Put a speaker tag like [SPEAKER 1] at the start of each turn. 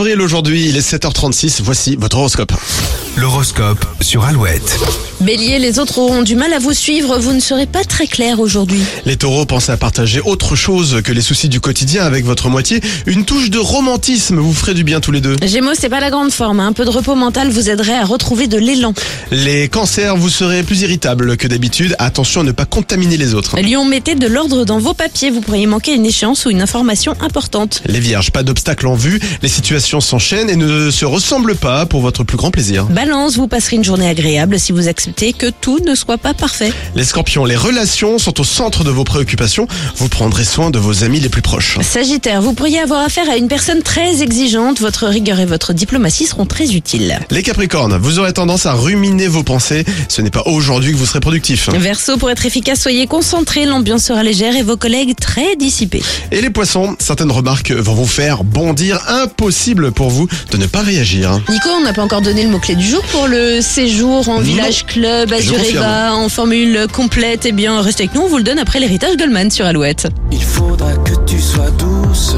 [SPEAKER 1] avril aujourd'hui, il est 7h36, voici votre horoscope.
[SPEAKER 2] L'horoscope sur Alouette.
[SPEAKER 3] Bélier, les autres auront du mal à vous suivre, vous ne serez pas très clair aujourd'hui.
[SPEAKER 1] Les taureaux pensent à partager autre chose que les soucis du quotidien avec votre moitié. Une touche de romantisme vous ferait du bien tous les deux.
[SPEAKER 3] Gémeaux, c'est pas la grande forme, hein. un peu de repos mental vous aiderait à retrouver de l'élan.
[SPEAKER 1] Les cancers, vous serez plus irritables que d'habitude. Attention à ne pas contaminer les autres.
[SPEAKER 3] Lyon, mettez de l'ordre dans vos papiers, vous pourriez manquer une échéance ou une information importante.
[SPEAKER 1] Les vierges, pas d'obstacle en vue. Les situations s'enchaînent et ne se ressemblent pas pour votre plus grand plaisir.
[SPEAKER 3] Balance, vous passerez une journée agréable si vous acceptez que tout ne soit pas parfait.
[SPEAKER 1] Les scorpions, les relations sont au centre de vos préoccupations. Vous prendrez soin de vos amis les plus proches.
[SPEAKER 3] Sagittaire, vous pourriez avoir affaire à une personne très exigeante, votre rigueur et votre diplomatie seront très utiles.
[SPEAKER 1] Les capricornes, vous aurez tendance à ruminer vos pensées. Ce n'est pas aujourd'hui que vous serez productif.
[SPEAKER 3] Verseau, pour être efficace, soyez concentré, l'ambiance sera légère et vos collègues très dissipés.
[SPEAKER 1] Et les poissons, certaines remarques vont vous faire bondir. Impossible pour vous de ne pas réagir.
[SPEAKER 3] Nico, on n'a pas encore donné le mot-clé du jour pour le séjour en
[SPEAKER 1] Non.
[SPEAKER 3] village club à
[SPEAKER 1] Je
[SPEAKER 3] Zureva, en formule complète. Eh bien, restez avec nous, on vous le donne après l'héritage Goldman sur Alouette.
[SPEAKER 4] Il faudra que tu sois douce.